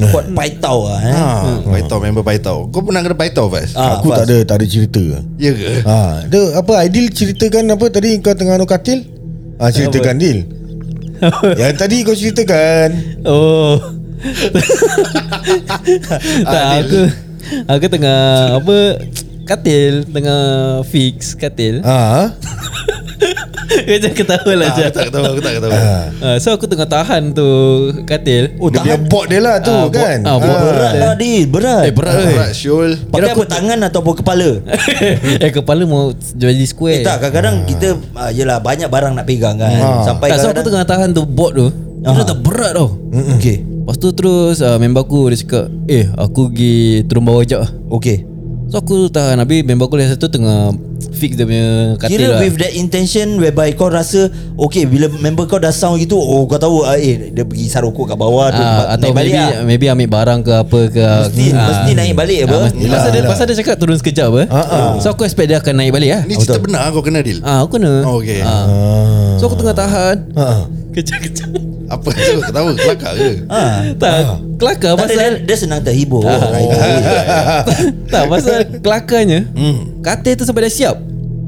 B: kuat paitau ah eh.
C: Ha, paitau member paitau. Kau pernah kena paitau Faiz?
B: Ah,
D: Aku tak
B: Fas.
D: ada tak ada cerita
C: Ya ke?
D: Ha, dia apa Aidil ceritakan apa tadi kau tengah anu katil? Ha, ceritakan Dil. Yang tadi kau ceritakan.
A: Oh Tak aku Aku tengah Apa Katil Tengah fix
B: Ah.
A: katil
D: Ha.
A: Kau jangan ketawa lah
C: Ah,
A: Jap
C: aku tak tahu, aku tak tahu.
A: Ah, So aku tengah tahan tu Katil
D: Oh, dia punya bot dia lah tu
A: Ah, bot-
D: kan.
A: ah, bot-
B: berat lah Din berat
A: Eh berat eh.
C: Berat Syul.
B: pakai Ah. apa tangan ataupun kepala
A: Eh kepala mau jadi square
B: Eh, tak kadang-kadang kita uh, yelah banyak barang nak pegang kan
D: Ah.
B: sampai
A: Ah. Tak so aku
B: kadang-kadang
A: tengah tahan tu board tu
B: Ah.
A: Dia dah berat tau
B: okey
A: Lepas tu terus uh, member aku dia cakap Eh aku pergi turun bawah sekejap lah
B: okey
A: So aku tahan Habis member aku yang satu tengah Fix dia punya katil
B: kira
A: lah
B: with that intention whereby kau rasa okey bila member kau dah sound gitu oh kau tahu ah, eh dia pergi sarokok kat bawah tu
A: Ah,
B: naik
A: Atau maybe
B: balik lah.
A: Maybe ambil barang ke apa ke
B: mesti,
A: Ah.
B: mesti Ah, naik balik apa
A: Ah, mesti. Pasal dia, pasal dia cakap turun sekejap apa So aku expect dia akan naik
B: Ah,
A: balik lah
C: Ni cerita benar kau kena deal.
A: Ah, aku kena
C: Oh, okay.
A: Ah. So aku tengah tahan
B: Ah,
D: Ha.
A: Kejap-kejap
C: Apa tu? Ketawa kelakar ke?
A: Tak Kelakar
B: ah. tak, dia,
A: ah, pasal Ah.
B: dia Ah. senang terhibur Ah, Right away.
A: Tak pasal kelakarnya
B: Hmm.
A: Katil tu sampai dah siap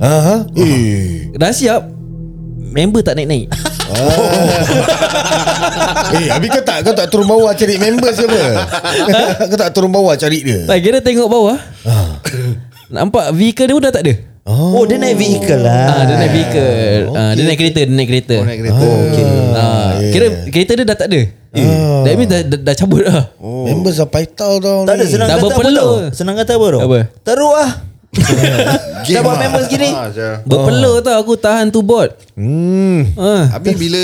D: Ha. Eh.
A: Dah siap Member tak naik-naik
D: Eh, habis kau tak kau tak turun bawah cari members ke apa? kau tak turun bawah cari dia. Ah.
A: Tak kira tengok bawah Nampak vehicle dia pun dah tak ada
B: oh dia naik vehicle lah
A: Ah, dia naik vehicle. Ah, dia naik kereta, dia naik kereta.
B: Oh,
C: Kau naik kereta.
A: Okay. Ah, kira kereta dia dah tak ada. Eh, that means dah, dah, dah cabut dah.
D: Oh. Members dah paitau tau
B: tak ada
D: ni.
B: senang
A: Dah
B: kata apa
A: berpeluh.
B: tau senang kata apa tau
A: Apa?
B: teruk ah dah buat members
D: lah.
B: gini
C: Ah, Syul.
A: Berpeluh tau aku tahan tu bot.
D: Hmm.
A: Ah.
C: Habis bila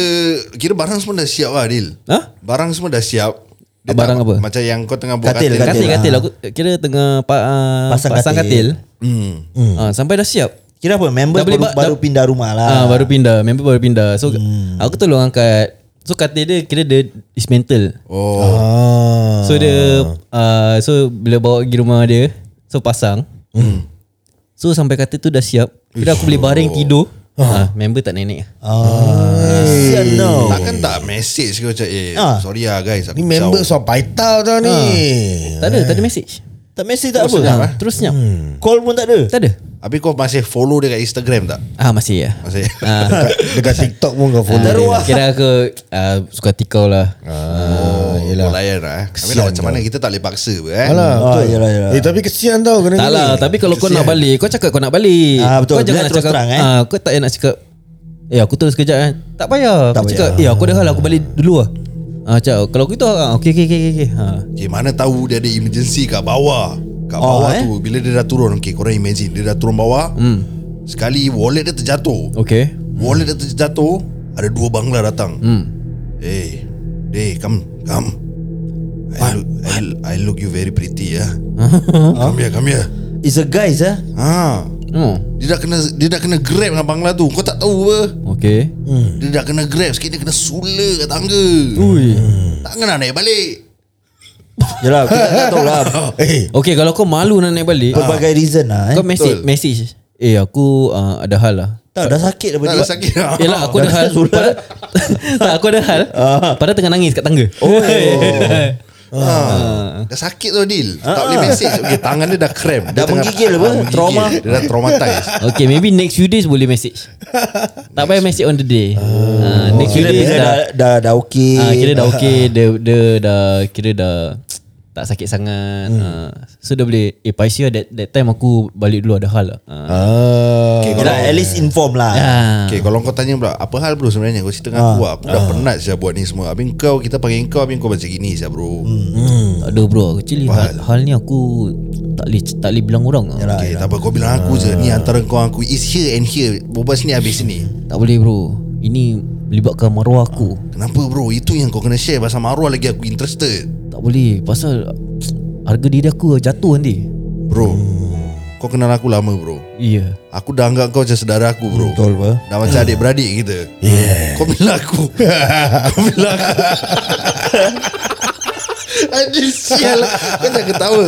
C: Kira barang semua dah siap lah Adil
A: Hah?
C: Barang semua dah siap
A: Barang
C: tak,
A: apa?
C: Macam yang kau tengah buat
B: Katil,
C: katil,
A: Katil
B: lah.
A: katil aku kira tengah pa, ah,
B: Pasang
A: pasang,
B: katil.
A: katil.
C: Hmm.
A: Ah, sampai dah siap.
B: kira apa members
A: Dah beli
B: baru,
A: ba-
B: baru
A: dah-
B: pindah rumah lah
A: Ah, baru pindah, member baru pindah. So aku tolong angkat. So katil dia kira dia dismantle.
C: Oh
D: Ah.
A: So dia uh, So bila bawa pergi rumah dia So pasang So sampai kata tu dah siap Bila aku boleh baring tidur ha, Member tak naik-naik
B: Ah, sian no.
C: Takkan tak message ke macam Eh
B: Ah.
C: sorry lah guys aku
D: Ni member
C: jauh.
D: so paitau tau ni.
A: Tak ada Tak ada message
B: Tak message tak
A: Terus senyap,
B: apa.
A: ah. Terus senyap
D: Hmm.
B: Call pun tak ada.
A: Tak ada
C: Habis kau masih follow dia kat Instagram tak?
A: Ah masih ya.
C: Masih
A: Ah,
D: Dekat, dekat TikTok pun kau follow.
A: ah,
B: lah.
A: kira aku ah, suka tikau lah.
D: Ah,
C: Yelah. Layan lah eh. Habis nak
D: Kesian
C: macam mana Kita tak boleh paksa pun eh
D: Alah,
B: Ah,
D: betul.
B: yelah, yelah.
D: Eh tapi kesian tau kena
A: Tak lah Tapi kalau kau nak balik Kau cakap kau nak balik
B: Ah, betul.
A: Kau jangan
B: Dia
A: nak
B: terus
A: cakap
B: terang, eh?
A: ah, Kau tak payah nak cakap Eh aku terus kejap kan Tak payah
B: Tak
A: Kau cakap
B: payah.
A: Eh aku ada hal Aku balik dulu lah Ah, cakap, kalau gitu ah, okey okey okey okey. Ha.
C: Okay, mana tahu dia ada emergency kat bawah. Kat bawah
B: eh?
C: tu bila dia dah turun. Okay, korang imagine dia dah turun bawah. Sekali wallet dia terjatuh.
A: Okey.
C: Wallet dia terjatuh, ada dua bangla datang.
B: Hmm.
C: Hey, hey, come, come. I look, I, I look you very pretty ya. come here, come here.
B: It's a guys ah.
C: Ha.
A: Oh.
C: Dia dah kena dia dah kena grab dengan bangla tu. Kau tak tahu apa?
A: Okey.
B: Hmm.
C: Dia dah kena grab sikit dia kena sula kat tangga.
A: Ui.
C: Tangan nak naik balik.
B: Yalah, kita tak tahu lah.
D: Eh
A: Okey kalau kau malu nak naik balik,
B: Pelbagai reason lah eh.
A: kau message message. Eh aku ah, ada hal lah.
B: Tak, dah sakit dah
C: Tak
B: benda.
C: ada sakit.
A: Yelah aku ada
B: Dah
A: hal
B: surat. Ah.
A: pada, Tak aku ada hal Pada tengah nangis kat tangga Oh
C: Ha. Dah sakit tu Adil Tak boleh message okay, Tangan dia dah krem
B: Ah. Dah menggigil apa? Trauma.
C: Dia dah traumatized
A: Okay maybe next few days Boleh message Tak payah message on the day Ah, Next few
B: Oh. Kira
A: days
B: bila dah
A: dah
B: dah dah okey.
A: ah, Kira dah okay Dia dia dah Kira dah Tak sakit sangat
B: Hmm.
A: Ah, So dia boleh Eh Paisya that, that time aku Balik dulu ada hal lah Ah.
D: Ah.
C: Okay,
B: Yelah, at least inform lah.
A: Ah.
C: Okay kalau kau tanya pula Apa hal bro sebenarnya Kau cerita dengan aku lah Aku dah penat saya buat ni semua Habis kau Kita panggil kau Habis kau macam gini saya bro
B: Hmm.
A: Tak ada bro Actually hal, hal ni aku Tak boleh tak boleh bilang orang ah.
C: Okay tak apa Kau bilang aku je Ni antara kau dengan aku Is here and here Berbual sini habis sini
A: Tak boleh bro Ini melibatkan maruah aku
C: Kenapa bro Itu yang kau kena share Pasal maruah lagi aku interested
A: Tak boleh Pasal Harga diri aku jatuh nanti
C: Bro Kau kenal aku lama bro
A: Iya
C: Aku dah anggap kau macam saudara aku bro
B: Betul apa?
C: Dah macam adik-beradik kita Hmm. yeah. Kau bilang aku Kau bilang aku Anjir sial Kau tak ketawa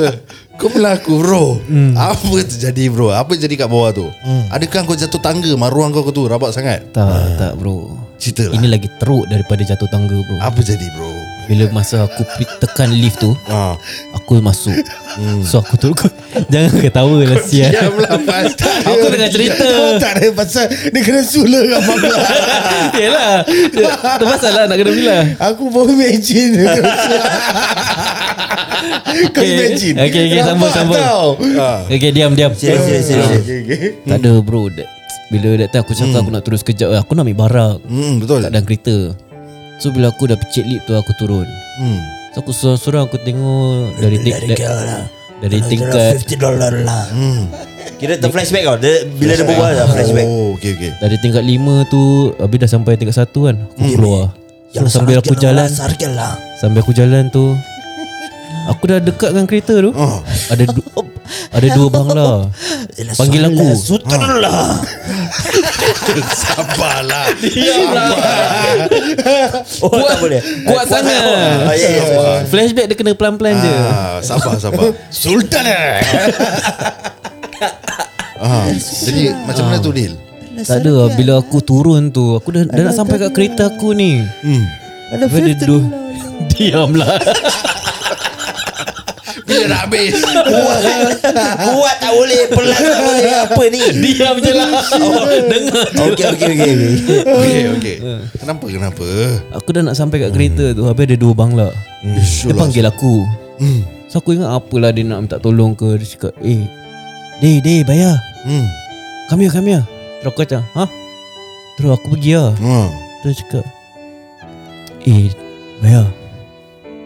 C: Kau bilang aku bro Apa terjadi bro Apa jadi kat bawah tu Adakah kau jatuh tangga Maruang kau tu rabak sangat
A: Tak tak bro
C: Cerita
A: Ini
C: lah
A: lagi teruk daripada jatuh tangga bro
C: Apa jadi bro
A: Bila masa aku pri- tekan lift tu
C: Ah.
A: Aku masuk So aku tu Jangan ketawa lah sial
C: Diamlah pas
A: Aku tengah cerita
D: Tak ada pasal Dia kena sula kat bangla
A: Yelah Tu pasal lah nak kena bilang
D: Aku pun imagine dia kena sula. Kau
A: Okay.
D: imagine
A: Okay, okay, sambung,
D: Rabak
A: sambung.
D: tau.
C: Ha.
A: Okay diam diam Ah,
B: Serius, serius, serius.
D: Okay, okay.
A: Tak ada bro That- Bila that time aku cakap Aku nak turun sekejap Aku nak ambil barang
C: hmm, Betul
A: Kat dalam kereta So bila aku dah pecik lip tu Aku turun
C: hmm.
A: So aku seorang-seorang Aku tengok Dari
B: Dari
A: tingkat
B: kau lah.
A: Dari tingkat
B: Fifty dollar lah. Kira ter flashback kau. Dia, bila dia berbual dah flashback.
C: Oh okay okay
A: Dari tingkat lima tu Habis dah sampai tingkat satu kan Aku
B: Hmm.
A: keluar So sambil aku jalan
B: Sarkel Ya, lah.
A: Sambil aku jalan tu Aku dah dekat dengan kereta tu
C: Oh.
A: Ada du- ada dua bangla
B: Yelah,
A: Panggil
B: Sarkel
A: aku. Ah.
B: lah, Suter lah.
C: Sabarlah
A: Ya
B: Oh tak boleh.
A: Kuat sangat
B: Ah, ya, ya, ya.
A: Flashback dia kena pelan-pelan je
C: ah, Sabar sabar
D: Sultan eh
C: ah. Jadi macam mana tu Dil
A: Tak ada lah Bila aku turun tu Aku dah, dah nak sampai kat kereta aku ni
C: Hmm.
A: Ada dua Diamlah
C: Bila dah habis
B: Kuat tak boleh. Pelan tak boleh. Apa ni?
A: Diam je lah Dengar
B: Okey okey okey. okey.
C: Okay okay Kenapa kenapa
A: Aku dah nak sampai kat
C: Hmm.
A: kereta tu Habis ada dua bangla Dia panggil aku
C: Hmm.
A: So aku ingat apalah dia nak minta tolong ke Dia cakap Eh Dey dey bayar
C: Hmm
A: Come here come here Terus aku macam Ha? Terus aku pergi lah
C: ah.
A: Terus cakap Eh Bayar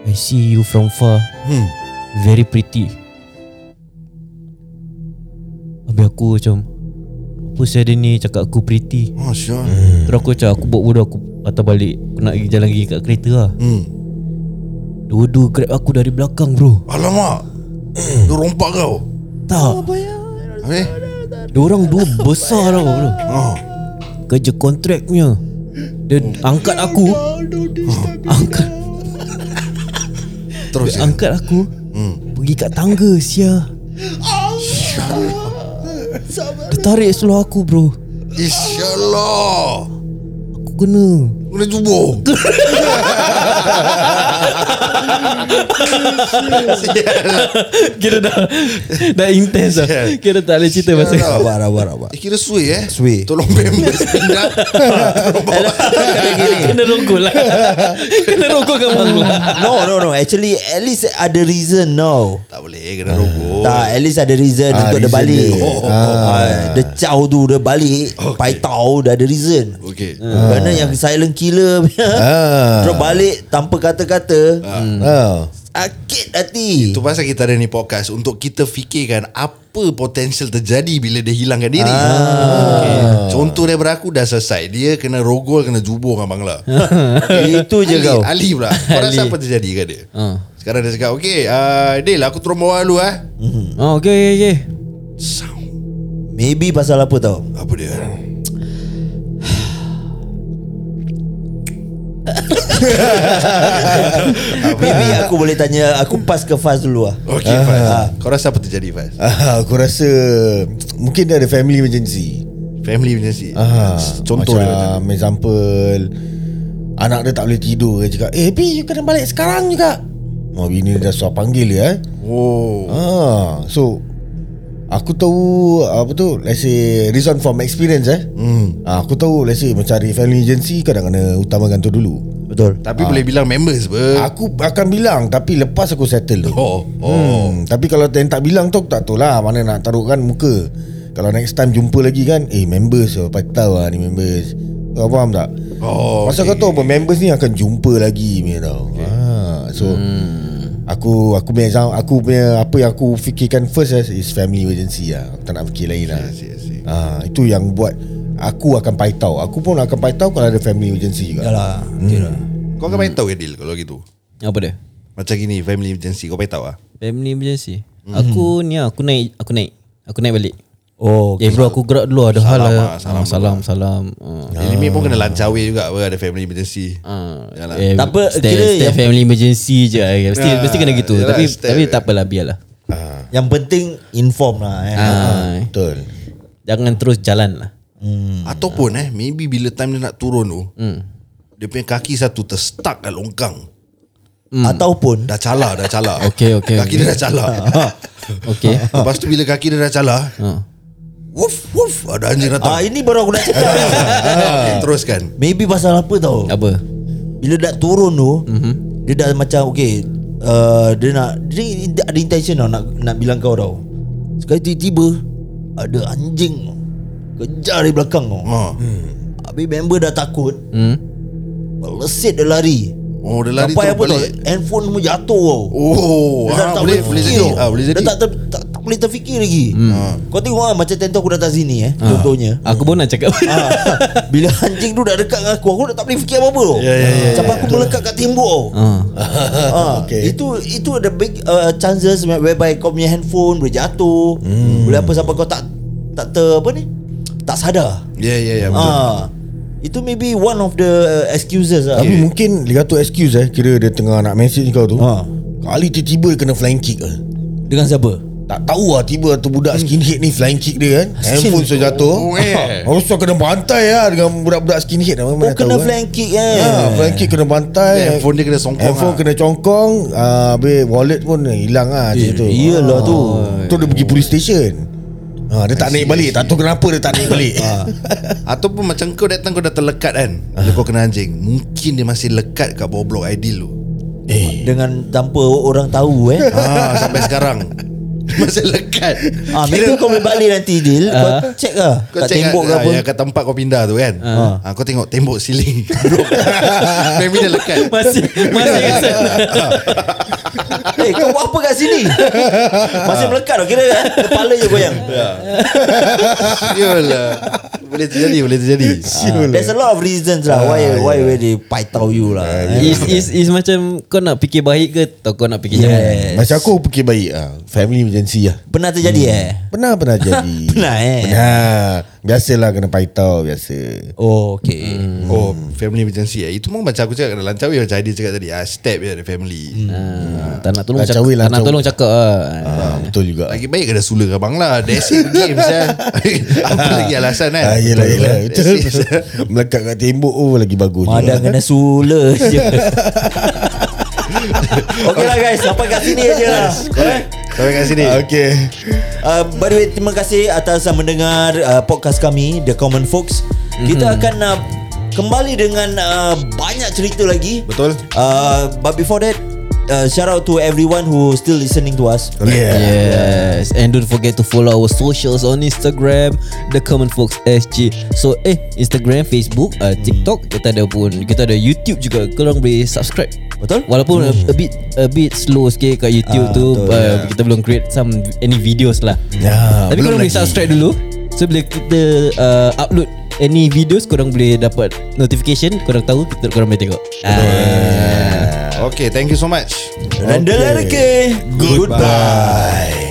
A: I see you from far
C: Hmm
A: Very pretty Habis aku macam Apa saya ada ni cakap aku pretty
C: Oh sure
A: Terus aku macam aku buat bodoh aku patah balik Aku nak pergi jalan pergi kat kereta lah
C: Hmm
A: Dua-dua grab aku dari belakang bro
C: Alamak Hmm. Dia rompak kau Oh,
A: Tak
C: Habis
A: Dia orang dua besar tau bro
C: ah.
A: Kerja kontraknya Dia angkat
C: Oh.
A: aku Oh. Angkat Dia
C: Terus ya
A: angkat aku Pergi kat tangga sia Dia tarik seluar aku bro
C: Ish lah
A: Aku kena
C: Kena cuba
A: Kira dah Dah intense lah
C: Sial.
A: Kira tak boleh cerita pasal
C: Sial.
B: Rabak rabak rabak
C: Eh, kira sui eh
B: Sui.
C: Tolong members pindah
A: Kena rokok lah Kena rokok kat bang lah
B: No no no Actually at least ada reason no
C: Tak boleh kena roboh
B: Tak at least ada reason
D: Oh. Ah,
B: Untuk dia
D: reason
B: balik
D: dia.
B: oh,
D: Ah.
B: ah, Dia caw tu Dia balik okay. Pai tau Dah ada reason
C: Okay
B: Kerana yang silent killer punya
D: Ah.
B: Terus balik Tanpa kata-kata
D: Ah.
B: Sakit hati
C: Itu pasal kita ada ni podcast Untuk kita fikirkan Apa potensial terjadi Bila dia hilangkan diri okay. Contoh daripada aku Dah selesai Dia kena rogol Kena jubur dengan Bangla
B: Itu je
C: Ali,
B: kau
C: Ali pula Kau rasa
A: Ali.
C: apa terjadi kat dia
A: Ha.
C: Sekarang dia cakap Okay uh, Dale aku turun bawah dulu eh
A: Oh okay okay, okay
C: Sound
B: Maybe pasal apa tau
C: Apa dia
B: Maybe aku boleh tanya Aku pas ke Faz dulu lah
C: Okay Faz Kau rasa apa terjadi Faz
D: Ah, aku rasa mungkin dia ada family emergency.
C: Family punya si
D: Ah,
C: Contoh dia
D: macam dia example anak dia tak boleh tidur dia cakap, "Eh, Pi, you kena balik sekarang juga." Oh, bini dia dah suap panggil dia eh.
C: Oh
D: Ah, so aku tahu apa tu, let's say reason from experience eh.
C: Hmm.
D: Ah, aku tahu let's say mencari family agency kadang kena utamakan tu dulu.
B: Betul
C: Tapi boleh bilang members ber
D: Aku akan bilang tapi lepas aku settle tu.
C: Oh Oh
D: Oh. Hmm, tapi kalau yang tak bilang tu aku tak tahu lah mana nak taruhkan muka. Kalau next time jumpa lagi kan, eh members oh, tahu lah ni members. Kau faham tak?
C: Oh
D: Masa kau tahu apa members ni akan jumpa lagi punya tau. Okay. Ha, so hmm. aku aku punya exam- aku punya apa yang aku fikirkan first is, is family emergency lah. Aku tak nak fikir lain lah.
C: I see, I see.
D: Ha, itu yang buat aku akan paitau. Aku pun akan paitau kalau ada family emergency juga.
B: Yalah
D: lah.
B: Kira
C: Kau akan main tahu ke Dil kalau gitu
A: Apa dia
C: Macam gini Family emergency Kau payah tahu lah
A: Family emergency Aku ni lah, aku naik Aku naik Aku naik balik
B: Oh
A: Eh bro aku gerak dulu ada hal
C: Salam
A: lah.
C: lah, salam
A: Ah, Salam salam Ah.
C: ah. Limit pun
B: Oh.
C: kena lancawi juga apa, Ada family emergency
A: Ah,
C: Yalah.
A: eh,
B: Tak apa,
A: stay,
B: kira
A: stay
B: yang-
A: family emergency je eh. Mesti
C: Ah,
A: mesti kena gitu
C: yalah,
A: Tapi
C: stay.
A: tapi tak apalah biarlah
B: Yang penting Inform lah eh.
A: Ah,
D: Betul.
A: Jangan terus jalan lah
B: Hmm.
C: Ataupun eh Maybe bila time dia nak turun tu
A: Hmm.
C: Dia punya kaki satu Terstuck kat longkang
D: Hmm.
B: Ataupun
C: Dah cala Dah cala
A: Okay, okay, okay.
C: Kaki dia dah cala
B: Ah.
A: Okay
C: Lepas tu bila kaki dia dah cala
A: Ah.
C: Woof woof Ada anjing
B: Ah ya.
C: datang Ah,
B: Ini baru aku nak cakap
C: Teruskan
B: Maybe pasal apa tau
A: Apa
B: Bila dah turun tu
C: Mhm.
B: mm-hmm. Dia dah macam Okay uh, Dia nak Dia in- ada intention tau Nak, nak bilang kau tau Sekali tiba-tiba Ada anjing Kejar dari belakang tau
C: Ah.
B: Hmm. Habis member dah takut
A: Hmm
B: Lesit dia lari
C: Oh dia lari terus
B: Sampai apa tau
C: balik
B: Handphone semua jatuh tau
C: Oh
B: Dia dah
C: ah, boleh, boleh
B: fikir
C: jadi
B: tau.
C: ah, Boleh jadi Hmm.
B: Dia tak, ter, tak, tak boleh terfikir lagi Kau tengok lah Macam tentu aku datang sini eh
C: Ah.
B: Contohnya
A: Aku pun nak cakap
B: Ah, Bila anjing tu dah dekat dengan aku Aku dah tak boleh fikir apa-apa
D: Ya,
B: tau yeah, yeah, yeah, Sampai aku melekat kat tembok tau
A: Ah.
B: Ah,
D: Okay.
B: Itu itu ada big uh, chances whereby kau punya handphone boleh jatuh hmm. Boleh apa sampai kau tak tak ter apa ni Tak sadar
C: Ya ya ya betul
B: ah, Itu maybe one of the uh, excuses lah
D: Tapi mungkin dia kata excuse eh Kira dia tengah nak message kau tu
B: Ha.
D: Kali tiba-tiba dia kena flying kick eh.
B: Dengan siapa?
D: Tak tahu lah tiba tu
B: Hmm.
D: budak skinhead ni flying kick dia kan Handphone sudah jatuh
C: Oh, eh.
D: Harus kena bantai lah dengan budak-budak skinhead lah,
B: Oh
D: mana
B: kena
D: tahu, eh.
B: flank kick eh
D: Ha, flying kick kena bantai
C: Dia handphone Eh, dia kena songkong
D: Handphone
C: lah.
D: kena congkong ah, Habis wallet pun hilang lah macam tu Ah.
B: iyalah tu.
D: Tu dia pergi police station ha, Dia tak naik balik Tak tahu kenapa dia tak naik balik Ah.
C: Ataupun macam kau datang Kau dah terlekat kan Bila kau kena anjing Mungkin dia masih lekat Kat bawah blok ideal tu
D: Eh
B: Dengan tanpa orang tahu eh
C: ah, Sampai sekarang Masih lekat
B: Ah, maybe kau boleh balik nanti Dil
D: Ah.
B: Kau check lah
C: Kau
B: Kat
C: check
B: tembok ke
C: kat,
B: apa
C: ya, kat tempat kau pindah tu kan ah. Ah, Kau tengok tembok siling Maybe dia lekat
A: Masih Masih rasa
B: Eh kau buat apa kat sini Masih melekat tau Kira eh, kepala je goyang
C: Yolah Boleh terjadi Boleh terjadi
B: Ah, There's a lot of reasons lah Why why why they paitau you lah
A: Is, is, is macam Kau nak fikir baik ke Atau kau nak fikir jahat
B: Yes.
D: Macam aku fikir baik ah, Family emergency lah
B: Pernah terjadi eh
D: Pernah pernah jadi
B: Pernah, eh?
D: Pernah Biasalah kena paitau Biasa
B: Oh okay hmm. Oh
C: Ah. family emergency eh. Itu pun macam aku cakap dalam lancawi macam Aidil cakap tadi ah, step je dari family.
A: Ah, tak nak tolong
D: Kacau
A: cakap,
D: weh,
A: tak nak
D: kacau.
A: tolong cakap lah.
D: Ah, betul juga.
C: Lagi baik kena sula ke Bangla That's it game saya. Apa lagi alasan kan
D: Ah, yelah, yelah.
C: That's
D: Betul.
C: it, sah.
D: Melekat kat tembok oh lagi bagus.
B: Madang
D: juga.
B: kena sula je Okay lah guys Sampai kat sini je lah
C: Correct Sampai kat sini
D: Okay.
B: uh, By the way Terima kasih atas uh, mendengar uh, Podcast kami The Common Folks Kita akan uh, Kembali dengan uh, Banyak cerita lagi
C: Betul.
B: uh, But before that uh, Shout out to everyone Who still listening to us
D: Yeah.
A: Yes And don't forget to follow our socials on Instagram The Common Folks SG So eh Instagram, Facebook, uh, TikTok Kita ada pun Kita ada YouTube juga Korang boleh subscribe
B: Betul?
A: Walaupun hmm. a, a bit a bit slow sikit kat YouTube
B: Ah,
A: tu
B: betul,
A: uh, Kita belum create some any videos lah
D: Ya,
A: Tapi
D: belum
A: korang boleh
D: lagi.
A: subscribe dulu So bila kita uh, upload any videos Korang boleh dapat notification Korang tahu kita, Korang boleh tengok Ah.
C: Okay thank you so much
B: Dan okay.
D: Okay.
B: Goodbye, Goodbye.